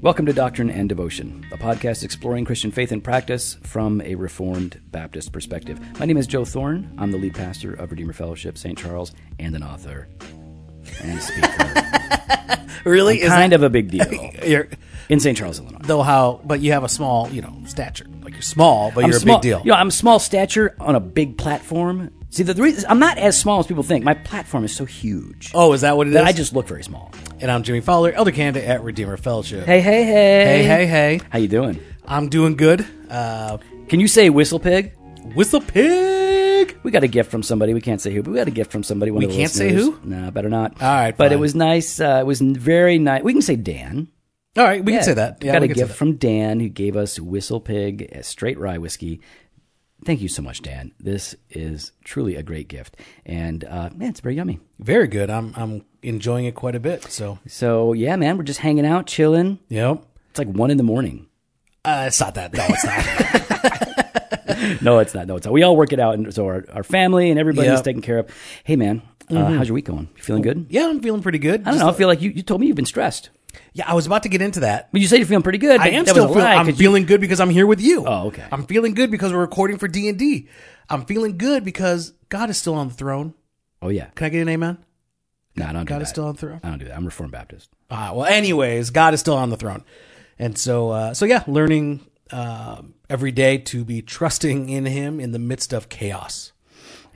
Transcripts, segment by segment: Welcome to Doctrine and Devotion, a podcast exploring Christian faith and practice from a Reformed Baptist perspective. My name is Joe Thorne. I'm the lead pastor of Redeemer Fellowship St. Charles and an author and speaker. Really? Is kind of a big deal that, you're, in St. Charles, Illinois. though how? But you have a small, you know, stature. Like you're small, but you're a small, big deal. You know, I'm small stature on a big platform. See, the, the reason I'm not as small as people think. My platform is so huge oh, is that what it is? that I just look very small. and I'm Jimmy Fowler, elder candidate at Redeemer Fellowship. Hey, hey, hey, hey, hey! hey. How you doing? I'm doing good. Uh, Can you say whistle pig? whistle pig. We got a gift from somebody. We can't say who, but we got a gift from somebody. One we of the can't say listeners. who? No, better not. All right, but it fine. was nice. Uh, it was n- very nice. We can say Dan. All right, we can say that. Yeah, got we a can say gift from Dan who gave us Whistle Pig a straight rye whiskey. Thank you so much, Dan. This is truly a great gift, and uh, man, it's very yummy. that. Very good. I'm I'm enjoying it quite a bit. So, So yeah, man, we're just hanging out, chilling. yep. It's like one in the morning. Uh, it's not that. No, it's not. No, it's not. No, it's not. We all work it out, and so our, our family and everybody's Yep. taken care of. Hey, man, Mm-hmm. uh, how's your week going? You feeling good? yeah, I'm feeling pretty good. I don't know. I feel like you, you told me you've been stressed, Yeah, I was about to get into that. but you said you're feeling pretty good. I but am that was still a feeling. lie, I'm 'cause you- feeling good because I'm here with you. Oh, okay. I'm feeling good because we're recording for D and D. I'm feeling good because God is still on the throne. oh yeah, Can I get an amen? no, I don't do God that. is still on the throne. I don't do that. I'm Reformed Baptist. Ah, well, anyways, God is still on the throne, and so uh, so yeah, learning um every day to be trusting in Him in the midst of chaos.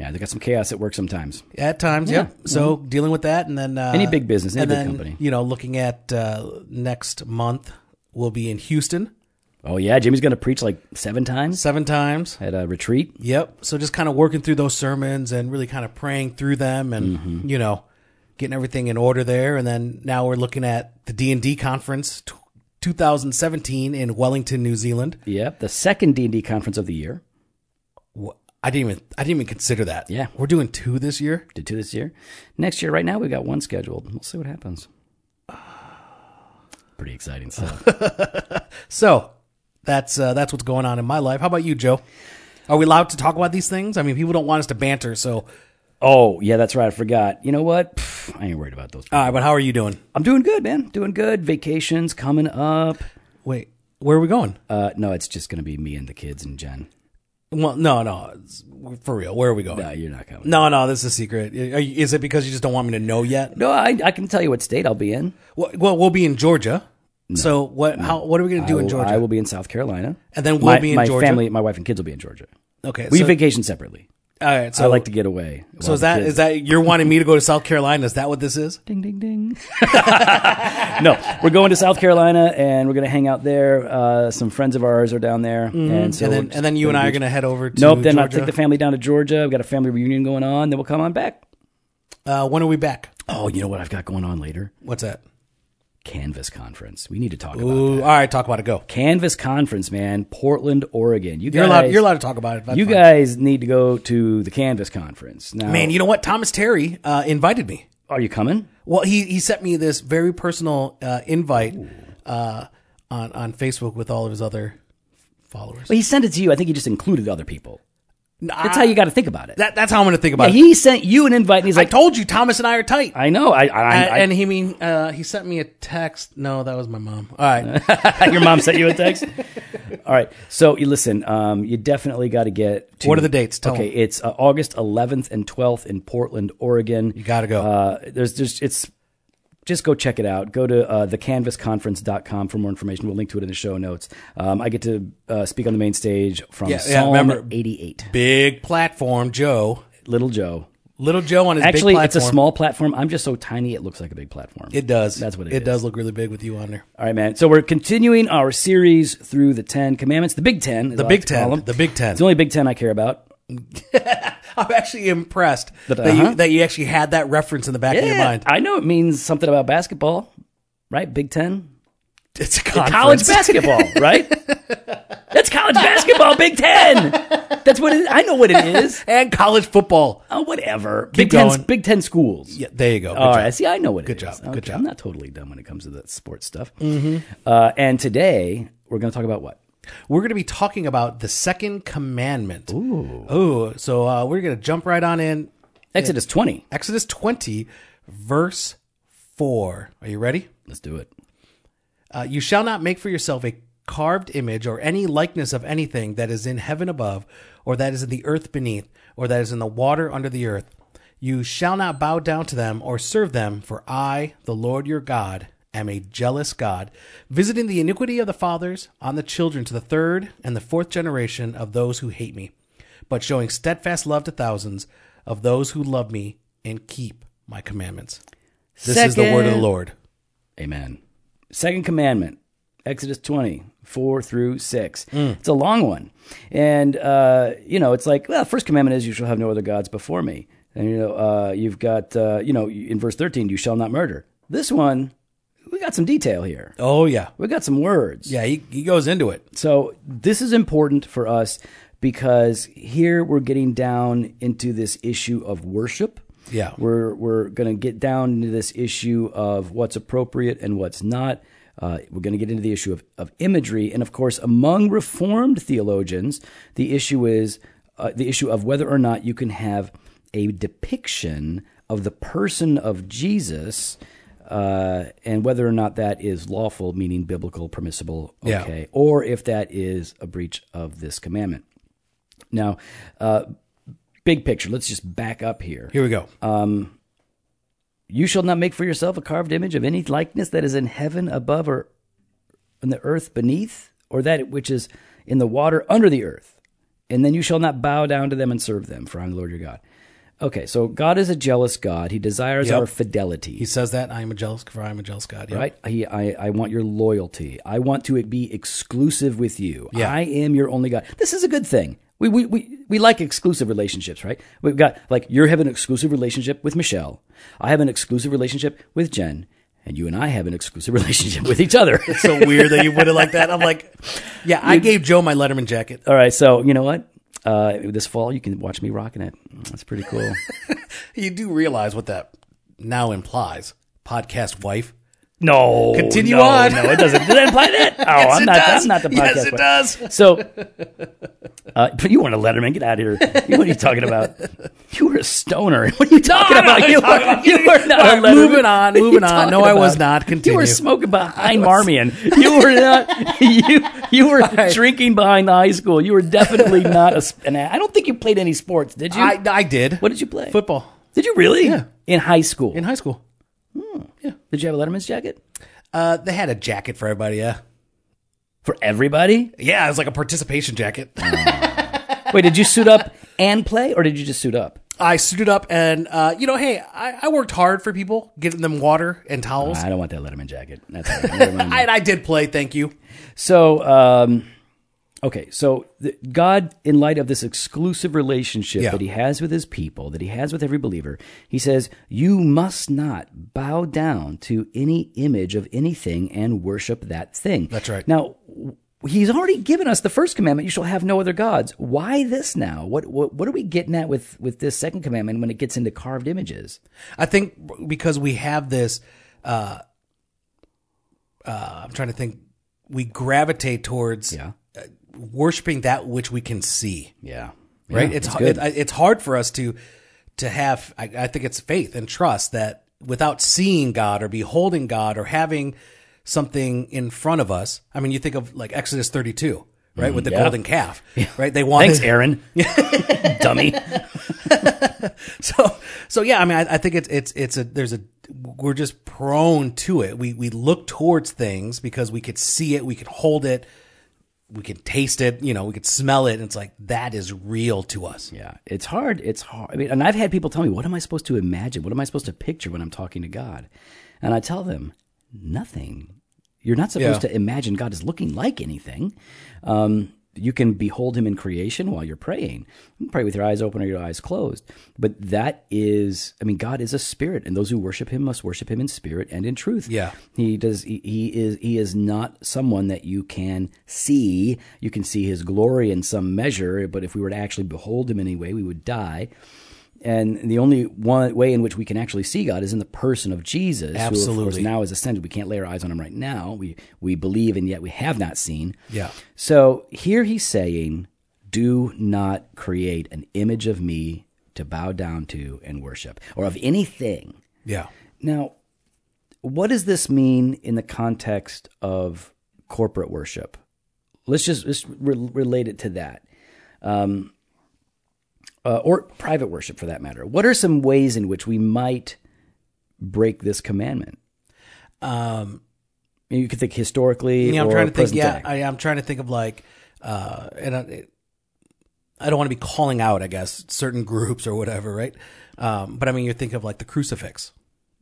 Yeah, they got some chaos at work sometimes. At times, yeah. So dealing with that, and then uh, Mm-hmm. Any big business, any and big then, company. You know, looking at uh, next month, we'll be in Houston Oh yeah, Jimmy's going to preach like seven times seven times. at a retreat. Yep. So just kind of working through those sermons and really kind of praying through them and you know getting everything in order there. And then now we're looking at the D and D conference t- 2017 in Wellington, New Zealand. Yep, the second D and D conference of the year. Wh- I didn't even I didn't even consider that. Yeah. we're doing two this year. Did two this year. Next year, right now, we got one scheduled. We'll see what happens. Pretty exciting stuff. So that's uh, that's what's going on in my life. How about you, Joe? Are we allowed to talk about these things? I mean, people don't want us to banter. So, oh yeah, that's right. I forgot. You know what? Pff, I ain't worried about those. all right, but how are you doing? I'm doing good, man. Doing good. Vacations coming up. Wait, where are we going? Uh, no, it's just going to be me and the kids and Jen. Well, no, no, it's- for real. Where are we going? No, Uh, you're not coming. No, no, this is a secret. Are you- Is it because you just don't want me to know yet? No, I, I can tell you what state I'll be in. Well, well we'll be in Georgia. so what? How? What are we going to do I in will- Georgia? I will be in South Carolina. and then we'll my, be in my Georgia. family, my wife and kids will be in Georgia. Okay. We so, vacation separately. all right. So I like to get away. So is that is that you're wanting me to go to South Carolina? Is that what this is? ding ding ding? no, we're going to South Carolina and we're going to hang out there. Uh, some friends of ours are down there, Mm-hmm. and so And we're then just and then you and I are going to head over to Nope, then I'll Georgia. take the family down to Georgia. We've got a family reunion going on. Then we'll come on back. uh, when are we back? Oh, you know what I've got going on later? What's that? Canvas conference. We need to talk about Ooh, all right, talk about it. Go. Canvas conference, man. Portland, Oregon. You guys, You're allowed. You're allowed to talk about it. That's you fine. guys need to go to the Canvas conference. Now, man. You know what? Thomas Terry uh, invited me. are you coming? Well, he he sent me this very personal uh, invite uh, on on Facebook with all of his other followers. But he sent it to you. I think he just included other people. Nah, That's how you got to think about it. Ah. that, that's how I'm going to think Yeah, about it. he sent you an invite, and he's I like, told you, Thomas and I are tight. "I know." I, I, and, I, and he mean uh, he sent me a text. No, that was my mom. All right, your mom sent you a text. All right. So you listen. Um, you definitely got to get. To, What are the dates? Tell okay, it's uh, August 11th and 12th in Portland, Oregon. You gotta go. Uh, there's just it's. Just go check it out. Go to uh, thecanvasconference.com for more information. We'll link to it in the show notes. Um, I get to uh, speak on the main stage from Yeah, yeah, Psalm remember- 88. big platform, Joe. Little Joe. Little Joe on his Actually, big it's platform. a small platform. I'm just so tiny it looks like a big platform. It does. That's what it It is. does look really big with you on there. All right, man. So we're continuing our series through the Ten Commandments, the Big Ten. The Big Ten. The Big Ten. It's the only Big Ten I care about. I'm actually impressed that, uh-huh. you that you actually had that reference in the back of your mind. I know it means something about basketball, right? Big Ten, It's a college conference. basketball, right? That's college basketball, Big Ten. That's what it, I know what it is. and college football. Oh, whatever. Big Keep Ten, going. Big Ten schools. Yeah, there you go. Good All job. right. See, I know what it Good is. job. Good Okay, job. I'm not totally dumb when it comes to the sports stuff. Mm-hmm. Uh, and today we're going to talk about what? We're going to be talking about the second commandment. Ooh. Ooh. So uh, we're going to jump right on in. Exodus 20. Exodus 20, verse 4. Are you ready? Let's do it. Uh, you shall not make for yourself a carved image or any likeness of anything that is in heaven above, or that is in the earth beneath, or that is in the water under the earth. You shall not bow down to them or serve them, for I, the Lord your God, am a jealous God, visiting the iniquity of the fathers on the children to the third and the fourth generation of those who hate me, but showing steadfast love to thousands of those who love me and keep my commandments. This is the word of the Second. Lord. Amen. Second commandment, Exodus 20, 4 through 6. Mm. It's a long one. And, uh, you know, it's like, well, first commandment is you shall have no other gods before me. And, you know, uh, you've got, uh, you know, in verse 13, you shall not murder. This one, we got some detail here. Oh, yeah. We got some words. Yeah, he, he goes into it. So this is important for us because here we're getting down into this issue of worship. Yeah. We're we're going to get down into this issue of what's appropriate and what's not. Uh, we're going to get into the issue of, of imagery, and of course, among Reformed theologians, the issue is uh, the issue of whether or not you can have a depiction of the person of Jesus, uh, and whether or not that is lawful, meaning biblical, permissible, Yeah. okay, or if that is a breach of this commandment. Now, uh, big picture. Let's just back up here. Here we go. Uh, You shall not make for yourself a carved image of any likeness that is in heaven above or in the earth beneath, or that which is in the water under the earth. And then you shall not bow down to them and serve them, for I am the Lord your God. Okay, so God is a jealous God. He desires Yep. our fidelity. he says that I am a jealous, for I am a jealous God. Yeah. Right? He, I, I want your loyalty. I want to be exclusive with you. Yeah. I am your only God. This is a good thing. We, we, we, we like exclusive relationships, right? We've got, like, you have an exclusive relationship with Michelle. I have an exclusive relationship with Jen. And you and I have an exclusive relationship with each other. so weird that you put it like that. I'm like, yeah, I gave Joe my Letterman jacket. All right. So, you know what? Uh, this fall, you can watch me rocking it. That's pretty cool. You do realize what that now implies. Podcast wife. No. Continue no, on. No, it doesn't. Did it imply that? Oh, I'm it not. does. I'm not the podcast. Yes, it one. does. So, uh, but you weren't a Letterman. Get out of here. You- What are you talking about? You were a stoner. What are you talking about? I'm you, talking were- about- you were not All a right, Letterman. moving on, What are you moving on. talking No, I was about? not. Continue. You were smoking behind Marmion. You were not. You you were drinking behind the high school. You were definitely not a. s- And I don't think you played any sports, did you? I, I did. what did you play? Football Did you really? Yeah. In high school. in high school. did you have a Letterman's jacket Uh, they had a jacket for everybody. Yeah. for everybody? Yeah, it was like a participation jacket. Mm. Wait, did you suit up and play, or did you just suit up? I suited up and, uh, you know, hey, I, I worked hard for people, getting them water and towels. I don't want that Letterman jacket. That's all right. Never mind. I, and I did play, thank you. so. Um, okay, so the, God, in light of this exclusive relationship Yeah. that He has with His people, that He has with every believer, He says, "You must not bow down to any image of anything and worship that thing." That's right. Now. w- He's already given us the first commandment: "You shall have no other gods." Why this now? What what, what are we getting at with with this second commandment when it gets into carved images? I think because we have this, uh, uh, I'm trying to think, we gravitate towards Yeah, worshiping that which we can see, yeah, right? Yeah, that's it's hard, good. it, it's hard for us to to have. I, I think it's faith and trust that without seeing God or beholding God or having something in front of us. I mean, you think of like Exodus 32, right, with the Mm-hmm. yeah. golden calf, right? They wanted Thanks, Aaron. Dummy. so so yeah i mean i, I think it's it's it's a there's a we're just prone to it we we look towards things because we could see it we could hold it we could taste it you know we could smell it and it's like that is real to us Yeah, it's hard. It's hard. I mean, and I've had people tell me, "What am I supposed to imagine? What am I supposed to picture when I'm talking to God?" And I tell them, "Nothing. You're not supposed Yeah. to imagine God is looking like anything. Um, you can behold Him in creation while you're praying. You can pray with your eyes open or your eyes closed. But that is, I mean, God is a spirit, and those who worship Him must worship Him in spirit and in truth. Yeah. He does. He, he is. He is not someone that you can see. You can see his glory in some measure, but if we were to actually behold him in any way, we would die. And the only one way in which we can actually see God is in the person of Jesus, who of course Absolutely. now is ascended. We can't lay our eyes on him right now. We we believe, and yet we have not seen. Yeah. So here he's saying, "Do not create an image of me to bow down to and worship, or of anything." yeah Now, what does this mean in the context of corporate worship? Let's just let's re- relate it to that, um, uh, or private worship for that matter. What are some ways in which we might break this commandment? Um, You could think historically. Yeah, I'm or trying to think. present Yeah, day. I, am trying to think of like, uh, and I, I don't want to be calling out, I guess, certain groups or whatever, right? Um, but I mean, you think of like the crucifix,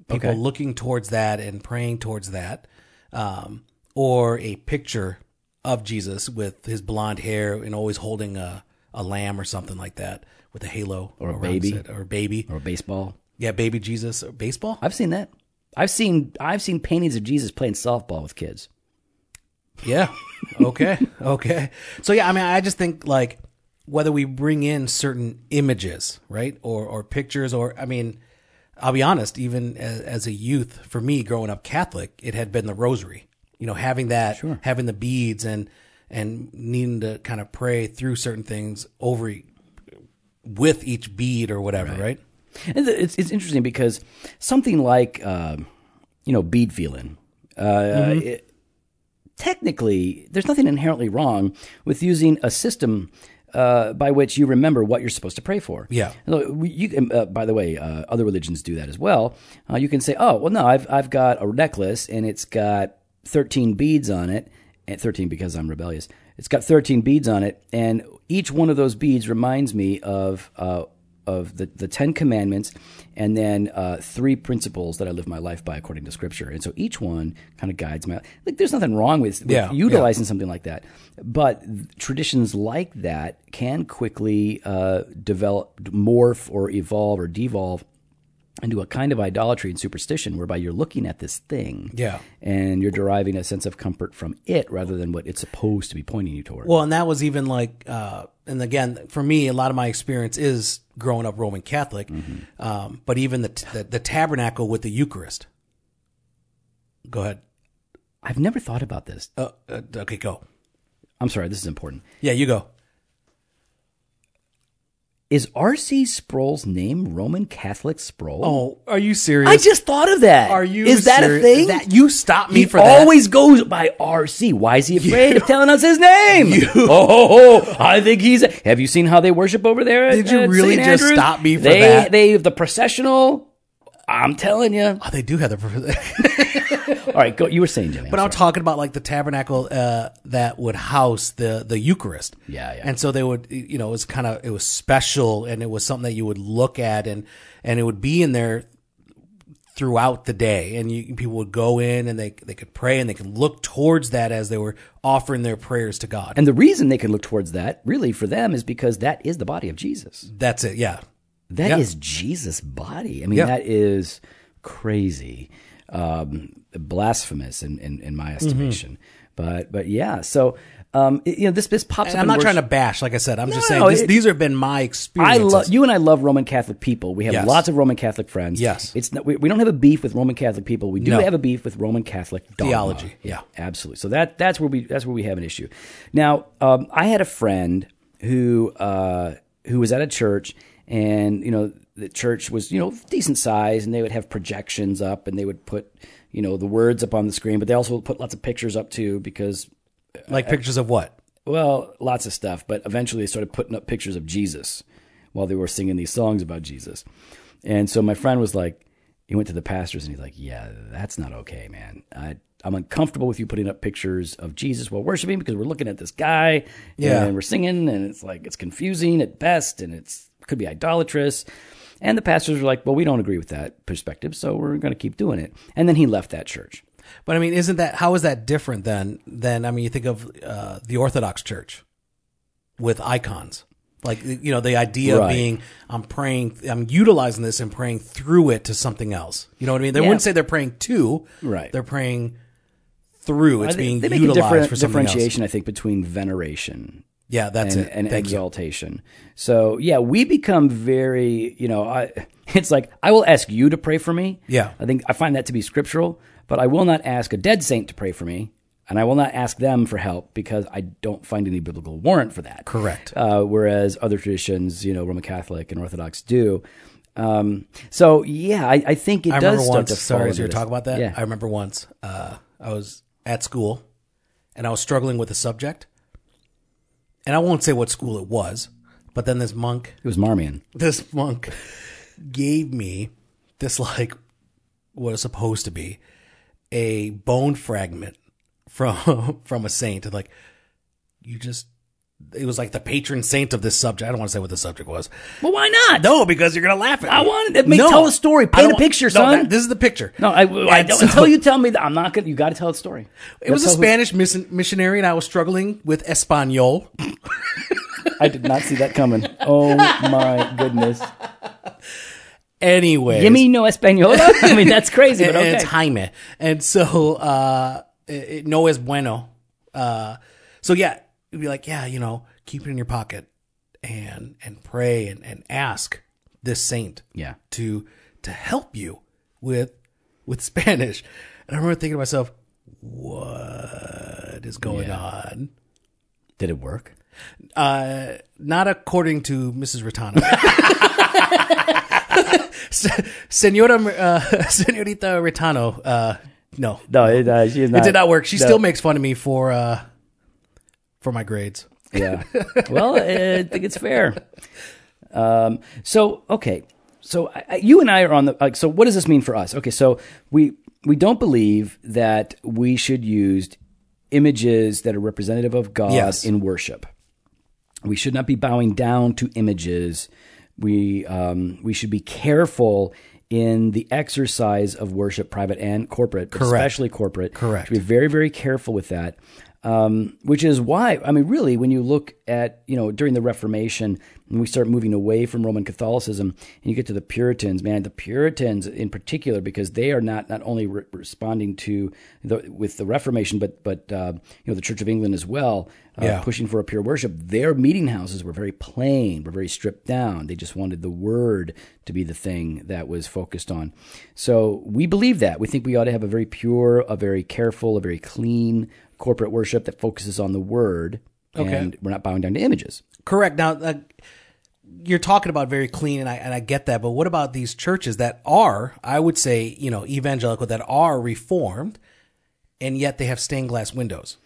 people Okay. looking towards that and praying towards that, um, or a picture of Jesus with his blonde hair and always holding a a lamb or something like that with a halo or a baby. or a baby, or baseball. yeah, baby Jesus or baseball. I've seen that. I've seen I've seen paintings of Jesus playing softball with kids. Yeah. Okay. okay. So yeah, I mean, I just think like whether we bring in certain images, right, or or pictures, or I mean, I'll be honest, even as, as a youth, for me growing up Catholic, it had been the rosary. You know, having that, having the beads, and and needing to kind of pray through certain things over e- with each bead or whatever, right? And th- it's it's interesting because something like um you know bead feeling, uh, it- technically, there's nothing inherently wrong with using a system uh, by which you remember what you're supposed to pray for. Yeah. So we- You can, uh, by the way, uh, other religions do that as well. Uh, you can say, "Oh, well, no, I've I've got a necklace and it's got 13 beads on it, and 13 because I'm rebellious. It's got 13 beads on it, and each one of those beads reminds me of uh, of the the Ten Commandments, and then uh, three principles that I live my life by according to Scripture. And so each one kind of guides my. Like, there's nothing wrong with, with Yeah, utilizing utilizing something like that. But traditions like that can quickly uh, develop, morph, or evolve or devolve into a kind of idolatry and superstition whereby you're looking at this thing Yeah. and you're deriving a sense of comfort from it rather than what it's supposed to be pointing you toward. Well, and that was even like, uh, and again, for me, a lot of my experience is growing up Roman Catholic, um, but even the, the the tabernacle with the Eucharist. Go ahead. I've never thought about this. Uh, uh, okay, go. I'm sorry, this is important. Yeah, you go. Is R.C. Sproul's name Roman Catholic Sproul? Oh, are you serious? I just thought of that. are you? Is that serious? a thing? That you stopped me He for always goes by RC. Why is he afraid of telling us his name? Oh, oh, oh, I think he's. Have you seen how they worship over there? at- Did you at really St. just Andrews? stop me for they, that? They the processional. I'm telling you. that. Oh, they do have the. All right, go. You were saying, Jimmy. I'm But I'm talking about like the tabernacle uh, that would house the the Eucharist. Yeah, yeah. And so they would, you know, it was kind of it was special, and it was something that you would look at, and and it would be in there throughout the day, and you, people would go in and they they could pray and they could look towards that as they were offering their prayers to God. And the reason they can look towards that, really, for them, is because that is the body of Jesus. That's it. Yeah. That is Yeah. Jesus' body. I mean, Yeah. that is crazy, um, blasphemous, in, in, in my estimation. But but yeah, so um, it- you know, this this pops up. Mm-hmm. And I'm in not worship- trying to bash. Like I said, I'm just saying no, this, it- these have been my I experiences. love you and I love Roman Catholic people. We have Yes. lots of Roman Catholic friends. Yes. it's not, we, we don't have a beef with Roman Catholic people. We do No. have a beef with Roman Catholic dogma. Theology, yeah. absolutely. So that that's where we that's where we have an issue. Now, um, I had a friend who uh, who was at a church, and you know the church was you know decent size, and they would have projections up, and they would put you know the words up on the screen, but they also put lots of pictures up too because like pictures of what? well, lots of stuff, but eventually they started putting up pictures of Jesus while they were singing these songs about Jesus. And so my friend was like, he went to the pastors and he's like, yeah, that's not okay, man. I, I'm uncomfortable with you putting up pictures of Jesus while worshiping because we're looking at this guy Yeah. and we're singing and it's like, it's confusing at best and it's could be idolatrous. And the pastors were like, well, we don't agree with that perspective, so we're going to keep doing it. And then he left that church. But I mean, isn't that how is that different than than I mean, you think of uh, the Orthodox Church with icons, like you know, the idea Right. of being I'm praying, I'm utilizing this and praying through it to something else. You know what I mean? They Yeah. wouldn't say they're praying to, Right. They're praying through. It's I think being they make a utilized different, for something else. differentiation, I think, between veneration Yeah, that's and, it. and Thank you. exaltation. So yeah, we become very, you know, I, it's like I will ask you to pray for me. Yeah. I think I find that to be scriptural, but I will not ask a dead saint to pray for me, and I will not ask them for help because I don't find any biblical warrant for that. Correct. Uh, whereas other traditions, you know, Roman Catholic and Orthodox do. Um, so yeah, I, I think it I does remember start once. to fall Sorry, into as you were this. talking about that, Yeah. I remember once uh, I was at school and I was struggling with a subject, and I won't say what school it was, but then this monk, it was Marmion. this monk, gave me this like what is supposed to be a bone fragment from from a saint, and like you just. It was like the patron saint of this subject. I don't want to say what the subject was. Well, why not? No, because you're gonna laugh at me. I want it. Make, Tell a story. I Paint a don't- picture, no, son. that- this is the picture. no, I, I And don't, so- until you tell me that I'm not gonna. You got to tell the story. It was a That's how- Spanish mis- missionary, and I was struggling with Espanol. I did not see that coming. Oh my goodness. Anyway, Give me no española. I mean, that's crazy. But and okay. it's Jaime, and so uh, it, it- no es bueno. Uh, so yeah, it'd be like, yeah, you know, keep it in your pocket and and pray and, and ask this saint Yeah. to to help you with with Spanish. And I remember thinking to myself, what is going on? Did it work? Uh, not according to Mrs. Rotano. Se- Senora, uh, Senorita Rotano, uh, no, No, it, uh, she is not. it did not work. She no. still makes fun of me for, uh, for my grades. Yeah. well, I think it's fair. Um, so okay, so I, I- you and I are on the like. So what does this mean for us? Okay, so we we don't believe that we should use images that are representative of God Yes. in worship. We should not be bowing down to images. We um, we should be careful in the exercise of worship, private and corporate, but especially corporate. Correct. Should be very very careful with that. Um, which is why I mean, really, when you look at you know during the Reformation, and we start moving away from Roman Catholicism, and you get to the Puritans, man, the Puritans in particular, because they are not not only re- responding to the, with the Reformation, but but uh, you know the Church of England as well, uh, Yeah. pushing for a pure worship. Their meeting houses were very plain, were very stripped down. They just wanted the word to be the thing that was focused on. So we believe that. We think we ought to have a very pure, a very careful, a very clean corporate worship that focuses on the word. Okay. And we're not bowing down to images. Correct. Now, uh, you're talking about very clean, and I, and I get that, but what about these churches that are, I would say, you know, evangelical, that are reformed, and yet they have stained glass windows?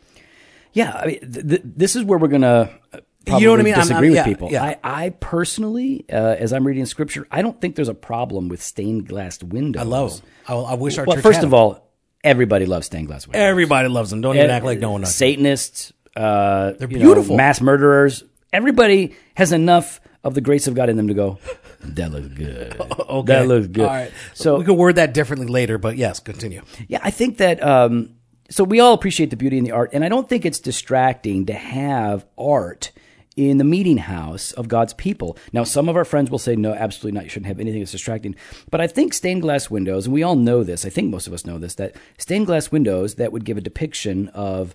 Yeah, I mean, th- th- this is where we're gonna. uh, Probably You know what I mean? I'm- Disagree I'm- with yeah, people. yeah. I, I personally, uh, as I'm reading scripture, I don't think there's a problem with stained glass windows. I Low. I, I wish our Well, church first had of them. all, everybody loves stained glass windows. everybody loves them. Don't even act like no one does. Satanists, uh, they're beautiful. mass murderers. Everybody has enough of the grace of God in them to go. That looks good. okay, that looks good. All right. So So we could word that differently later, but yes, continue. yeah, I think that. Um, so we all appreciate the beauty in the art, and I don't think it's distracting to have art in the meeting house of God's people. Now, some of our friends will say, "No, absolutely not. You shouldn't have anything that's distracting." But I think stained glass windows, and we all know this. I think most of us know this that stained glass windows that would give a depiction of.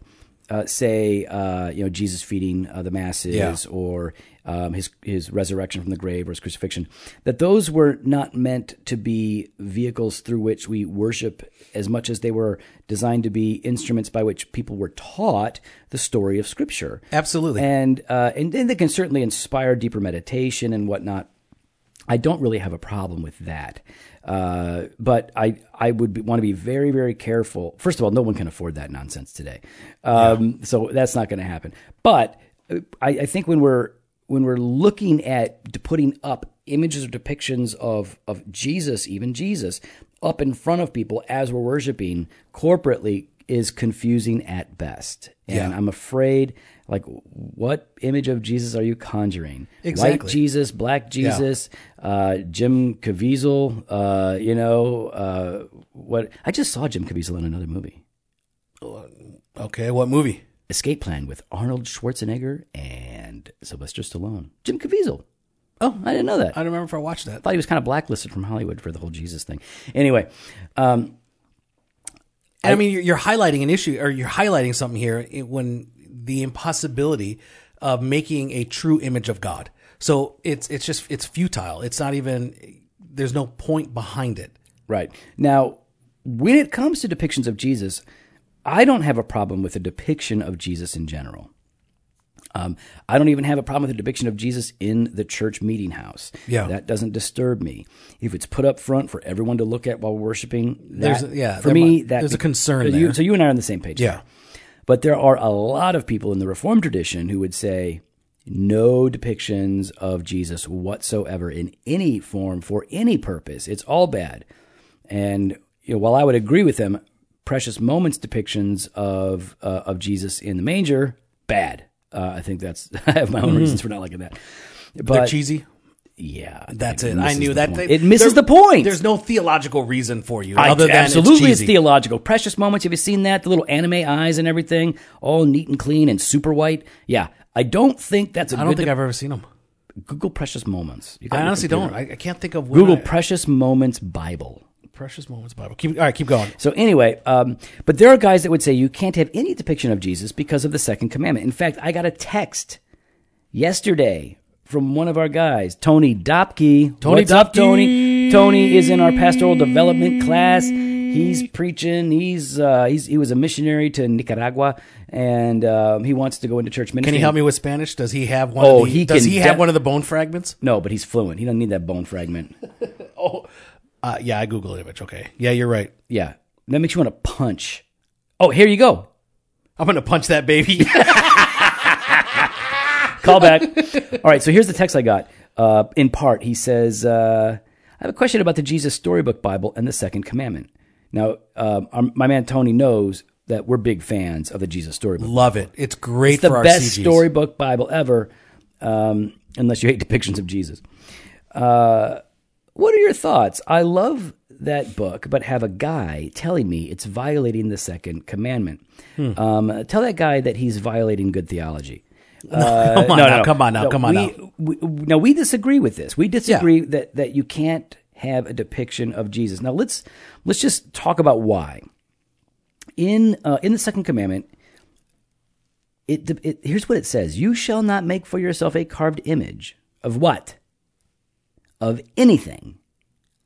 Uh, say, uh, you know, Jesus feeding uh, the masses, Yeah. or um, his his resurrection from the grave or his crucifixion, that those were not meant to be vehicles through which we worship as much as they were designed to be instruments by which people were taught the story of Scripture. Absolutely. And uh, and, and they can certainly inspire deeper meditation and whatnot. I don't really have a problem with that, uh, but I I would be, want to be very very careful. First of all, no one can afford that nonsense today, um, so that's not going to happen. But uh, I, I think when we're when we're looking at d- putting up images or depictions of of Jesus, even Jesus, up in front of people as we're worshiping corporately is confusing at best, and Yeah. I'm afraid like what image of Jesus are you conjuring? White Exactly. Jesus, Black Jesus, uh, Jim Caviezel. Uh, you know uh, what? I just saw Jim Caviezel in another movie, Okay, what movie? Escape Plan, with Arnold Schwarzenegger and Sylvester Stallone. Jim Caviezel. Oh, I didn't know that. I don't remember if I watched that. thought he was kind of blacklisted from Hollywood for the whole Jesus thing. Anyway, um, And I, mean, you're, you're highlighting an issue, or you're highlighting something here it- when the impossibility of making a true image of God. So it's it's just it's futile. It's not even. There's no point behind it. Right. Now, when it comes to depictions of Jesus, I don't have a problem with a depiction of Jesus in general. Um, I don't even have a problem with the depiction of Jesus in the church meeting house. Yeah. That doesn't disturb me. If it's put up front for everyone to look at while worshiping, that, There's a- yeah, for there me, mi- that there's a concern So you- there. so you and I are on the same page. Yeah. But there are a lot of people in the Reformed tradition who would say no depictions of Jesus whatsoever in any form for any purpose. It's all bad. And you know, while I would agree with them, precious moments depictions of uh, of Jesus in the manger bad. Uh, I think that's I have my own reasons for not liking that. Mm-hmm. They're But cheesy. yeah, I That's think it. I misses knew the that. point. thing- it misses there- the point. There's no theological reason for you I- other than absolutely, it's, cheesy. theological. Precious moments. Have you seen that? The little anime eyes and everything, all neat and clean and super white. Yeah, I don't think that's a I good. don't think I've ever seen them. de- Google precious moments. You got I your honestly computer. don't. I, I can't think of when Google I- precious moments Bible. precious moments Bible. Keep all right. Keep going. So anyway, um, but there are guys that would say you can't have any depiction of Jesus because of the second commandment. In fact, I got a text yesterday from one of our guys, Tony Dopke. Tony What's up, Dopke? Tony? Tony is in our pastoral development class. He's preaching. He's, uh, he's he was a missionary to Nicaragua, and um, he wants to go into church ministry. Can you help me with Spanish? Does he have one? Oh, of the, he does can he have de- one of the bone fragments? No, but he's fluent. He doesn't need that bone fragment. Oh. Uh, yeah, I Google image. Okay. Yeah, you're right. Yeah, that makes you want to punch. Oh, here you go. I'm gonna punch that baby. Call back. All right, so here's the text I got. Uh, in part, he says, uh, I have a question about the Jesus Storybook Bible and the Second Commandment. Now, um, our, my man Tony knows that we're big fans of the Jesus Storybook. Love it. It's great It's for the our best CGs. storybook Bible ever, um, unless you hate depictions of Jesus. Uh, what are your thoughts? I love that book, but have a guy telling me it's violating the Second Commandment. Hmm. Um, tell that guy that he's violating good theology. Uh, Come on now, come on now, come on we, We, now we disagree with this. We disagree that that you can't have a depiction of Jesus. Now let's let's just talk about why. In uh, in the second commandment, it, de- it here's what it says: You shall not make for yourself a carved image of what of anything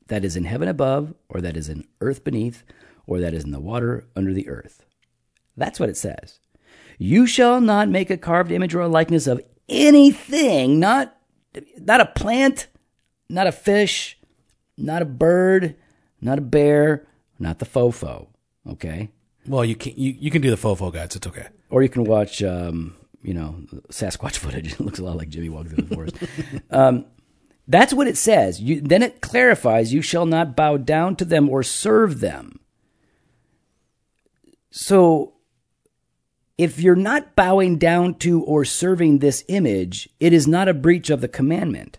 that is in heaven above, or that is in earth beneath, or that is in the water under the earth. That's what it says. You shall not make a carved image or a likeness of anything, not not a plant, not a fish, not a bird, not a bear, not the fofo. Okay, Well, you can you, you can do the fofo guys. It's okay. or you can watch, um, you know, Sasquatch footage. It looks a lot like Jimmy walking through the forest. um, that's what it says. You, then it clarifies: you shall not bow down to them or serve them. So, if you're not bowing down to or serving this image, it is not a breach of the commandment.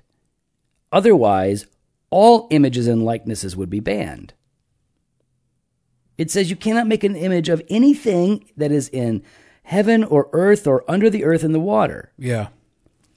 Otherwise, all images and likenesses would be banned. It says you cannot make an image of anything that is in heaven or earth or under the earth in the water. Yeah.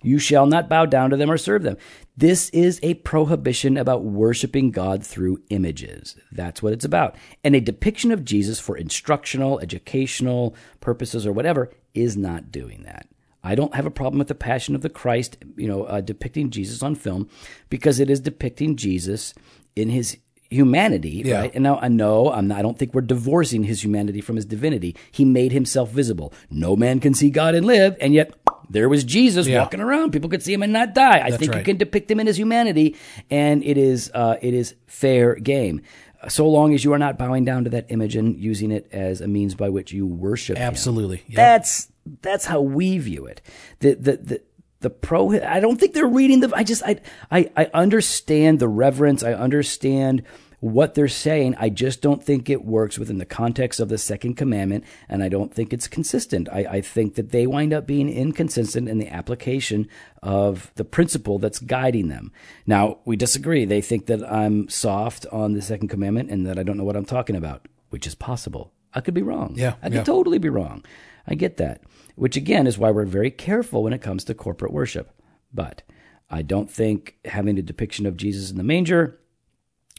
You shall not bow down to them or serve them. This is a prohibition about worshiping God through images. That's what it's about. And a depiction of Jesus for instructional, educational purposes or whatever is not doing that. I don't have a problem with the Passion of the Christ, you know, uh, depicting Jesus on film because it is depicting Jesus in his humanity, Yeah. right? And now I know I'm not, I don't think we're divorcing his humanity from his divinity. He made himself visible. No man can see God and live, and yet there was Jesus Yeah. walking around. People could see him and not die. I think you right. can depict him in his humanity, and it is uh, it is fair game. So long as you are not bowing down to that image and using it as a means by which you worship him. Absolutely. Yeah. That's that's how we view it. The the the the pro. I don't think they're reading the. I just I I I understand the reverence. I understand what they're saying. I just don't think it works within the context of the second commandment, and I don't think it's consistent. I I think that they wind up being inconsistent in the application of the principle that's guiding them. Now we disagree. They think that I'm soft on the second commandment and that I don't know what I'm talking about, which is possible. I could be wrong. Yeah, I could yeah. totally be wrong. I get that, which again is why we're very careful when it comes to corporate worship. But I don't think having a depiction of Jesus in the manger,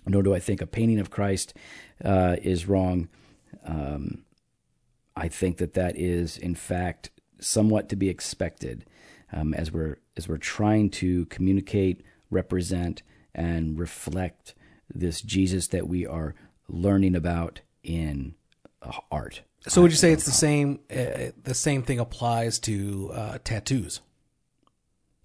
nor do I think a painting of Christ uh, is wrong. Um, I think that that is, in fact, somewhat to be expected um, as we're as we're trying to communicate, represent, and reflect this Jesus that we are learning about in uh, art So would you say it's the same? Uh, the same thing applies to uh, tattoos.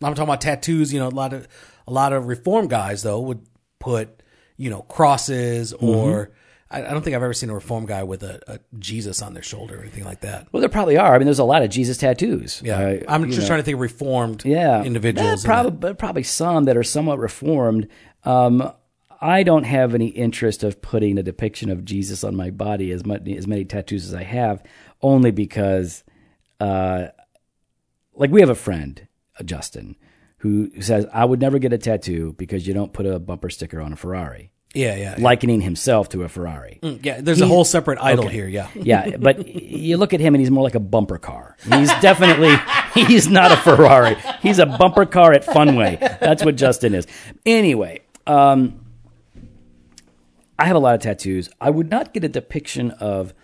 I'm talking about tattoos. You know, a lot of a lot of reform guys though would put you know crosses Mm-hmm. or. I I don't think I've ever seen a reform guy with a, a Jesus on their shoulder or anything like that. Well, there probably are. I mean, there's a lot of Jesus tattoos. Yeah, Uh, I'm you just know. trying to think of reformed yeah. individuals. in that. Probably, probably some that are somewhat reformed. Um, I don't have any interest of putting a depiction of Jesus on my body as much as many tattoos as I have, only because, uh, like we have a friend, uh, Justin, who says I would never get a tattoo because you don't put a bumper sticker on a Ferrari, Yeah, yeah, likening himself to a Ferrari. yeah. There's a whole separate idol here. Yeah, Yeah, but you look at him and he's more like a bumper car. He's definitely he's not a Ferrari. He's a bumper car at Funway. That's what Justin is. Anyway, um, I have a lot of tattoos. I would not get a depiction of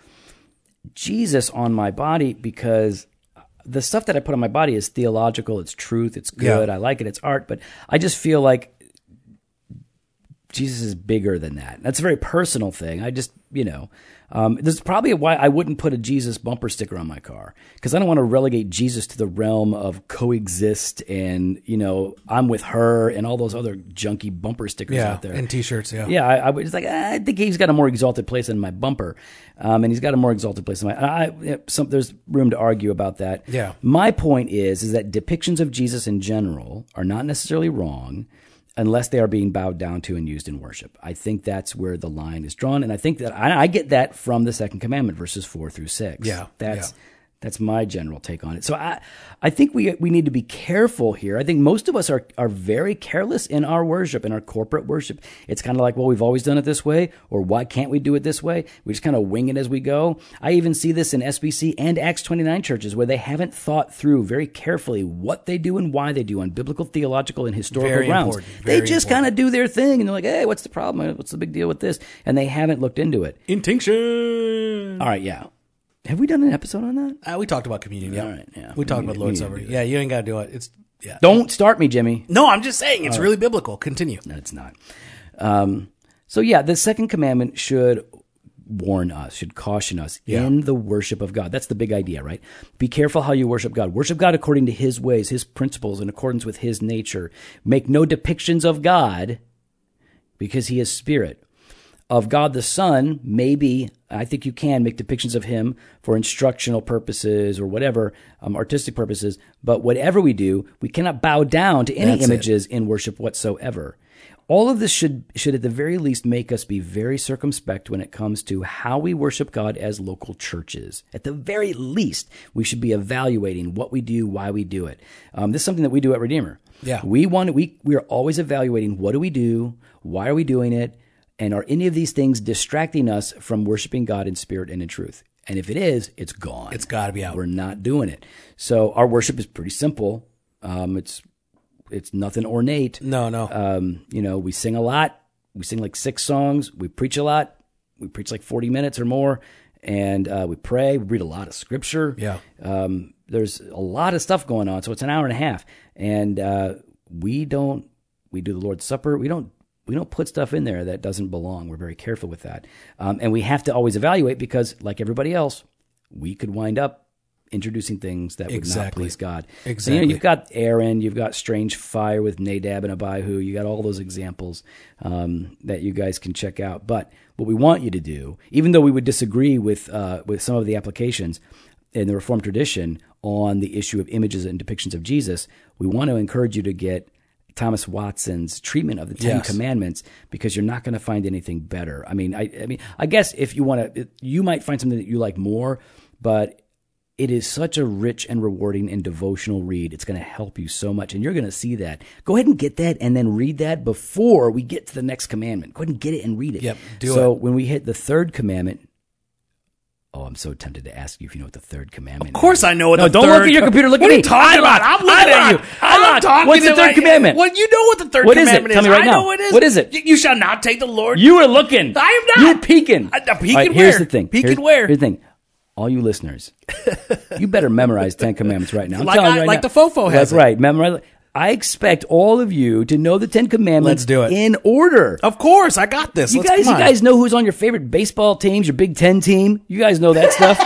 Jesus on my body because the stuff that I put on my body is theological. It's truth. It's good. I like it. It's art. But I just feel like Jesus is bigger than that. That's a very personal thing. I just, you know, um, this is probably why I wouldn't put a Jesus bumper sticker on my car because I don't want to relegate Jesus to the realm of coexist and, you know, I'm with her and all those other junky bumper stickers yeah. out there. And t-shirts. Yeah, Yeah, I, I was like, "Ah, I think he's got a more exalted place in my bumper, um, and he's got a more exalted place in my. and I, some, there's room to argue about that. Yeah. My point is, is that depictions of Jesus in general are not necessarily wrong, unless they are being bowed down to and used in worship. I think that's where the line is drawn, and I think that I, I get that from the Second Commandment, verses four through six. Yeah, That's yeah. that's my general take on it. So I, I think we we need to be careful here. I think most of us are are very careless in our worship, in our corporate worship. It's kind of like, well, we've always done it this way, or why can't we do it this way? We just kind of wing it as we go. I even see this in SBC and Acts twenty nine churches where they haven't thought through very carefully what they do and why they do on biblical, theological, and historical Very grounds. important, They very just kind of do their thing, and they're like, hey, what's the problem? What's the big deal with this? And they haven't looked into it. intinction. All right, yeah. Have we done an episode on that? Uh, we talked about communion. Yeah, All right, yeah. we talked We about need- Lord's we need to Supper. Yeah, you ain't got to do it. It's yeah. Don't start me, Jimmy. No, I'm just saying it's really biblical. Continue. No, it's not. Um, so yeah, the second commandment should warn us, should caution us in the worship of God. That's the big idea, right? Be careful how you worship God. Worship God according to His ways, His principles, in accordance with His nature. Make no depictions of God, because He is spirit. Of God the Son, maybe I think you can make depictions of Him for instructional purposes or whatever um, artistic purposes. But whatever we do, we cannot bow down to any That's it. images in worship whatsoever. All of this should should at the very least make us be very circumspect when it comes to how we worship God as local churches. At the very least, we should be evaluating what we do, why we do it. Um, this is something that we do at Redeemer. Yeah. we want we we are always evaluating what do we do, why are we doing it, and are any of these things distracting us from worshiping God in spirit and in truth? And if it is, it's gone. It's got to be out. We're not doing it. So our worship is pretty simple. Um, it's it's nothing ornate. No, no. Um, you know, we sing a lot. We sing like six songs. We preach a lot. We preach like forty minutes or more, and uh, we pray. We read a lot of scripture. Yeah. Um, there's a lot of stuff going on, so it's an hour and a half, and uh, we don't we do the Lord's Supper. We don't we don't put stuff in there that doesn't belong. We're very careful with that, um, and we have to always evaluate because, like everybody else, we could wind up introducing things that would not Exactly. please God. So, you know, Exactly. you've got Aaron, you've got Strange Fire with Nadab and Abihu, you got all those examples um, that you guys can check out. But what we want you to do, even though we would disagree with uh, with some of the applications in the Reformed tradition on the issue of images and depictions of Jesus, we want to encourage you to get Thomas Watson's treatment of the Ten Yes. Commandments because you're not going to find anything better. I mean, I, I mean, I guess if you want to, you might find something that you like more, but it is such a rich and rewarding and devotional read. It's going to help you so much, and you're going to see that. Go ahead and get that, and then read that before we get to the next commandment. Go ahead and get it and read it. Yep, do so when we hit the third commandment, oh, I'm so tempted to ask you if you know what the third commandment. of course, I know what. No, the don't third look at your computer. Look what at are me. you talking I'm about? not. I'm looking I'm at you. not. I'm I'm, not. talking. What's the to third my- commandment? Well, you know what the third What is it? commandment is. Tell me right I now. know it is. What is it? You, you shall not take the Lord. You were looking. I am not. You peeking. I- I'm peeking All Here's where? the thing. Peeking here's, where? Here's the thing. All you listeners, you better memorize Ten Commandments right now. I'm Like telling I- you right like now. the fofo has That's it. right. Memorize. I expect all of you to know the Ten Commandments. Let's do it. in order. of course, I got this. you Let's- guys, come you on. guys know who's on your favorite baseball teams, your Big Ten team. You guys know that stuff.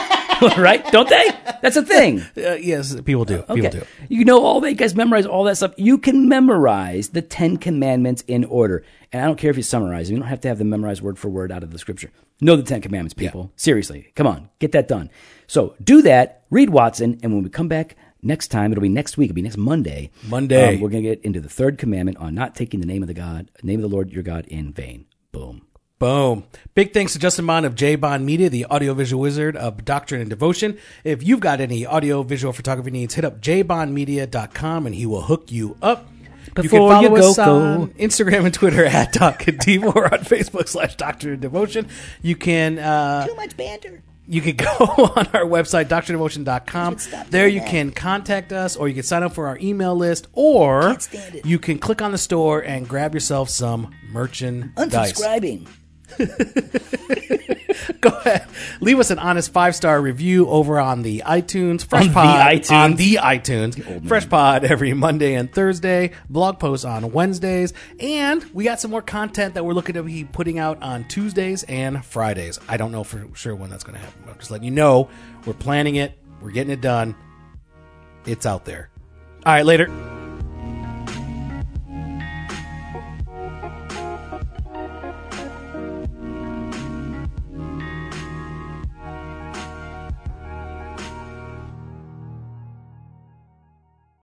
right? Don't they? That's a thing. Uh, yes, people do. People do. You know all that. You guys memorize all that stuff. You can memorize the Ten Commandments in order. And I don't care if you summarize them. You don't have to have them memorized word for word out of the scripture. Know the Ten Commandments, people. Seriously. Come on. Get that done. So do that. Read Watson. And when we come back next time, it'll be next week. It'll be next Monday. Monday. Um, we're going to get into the third commandment on not taking the name of the God, name of the Lord your God in vain. Boom. Boom. Big thanks to Justin Bond of J Bond Media, the audiovisual wizard of doctrine and devotion. If you've got any audiovisual photography needs, hit up jbondmedia.com and he will hook you up. you can Before follow you go, us on go. Instagram and Twitter at Doc and Devo or on Facebook slash Doctrine and Devotion. You can uh, Too much banter. you can go on our website, doctrinedevotion.com. stop There doing you that. can contact us or you can sign up for our email list or stand it. you can click on the store and grab yourself some merchandise. Unsubscribing. go ahead. Leave us an honest five star review over on the iTunes. Fresh On the Pod iTunes. on the iTunes. Fresh Pod every Monday and Thursday. Blog posts on Wednesdays, and we got some more content that we're looking to be putting out on Tuesdays and Fridays. I don't know for sure when that's going to happen. but I'm just letting you know we're planning it. We're getting it done. It's out there. All right, later.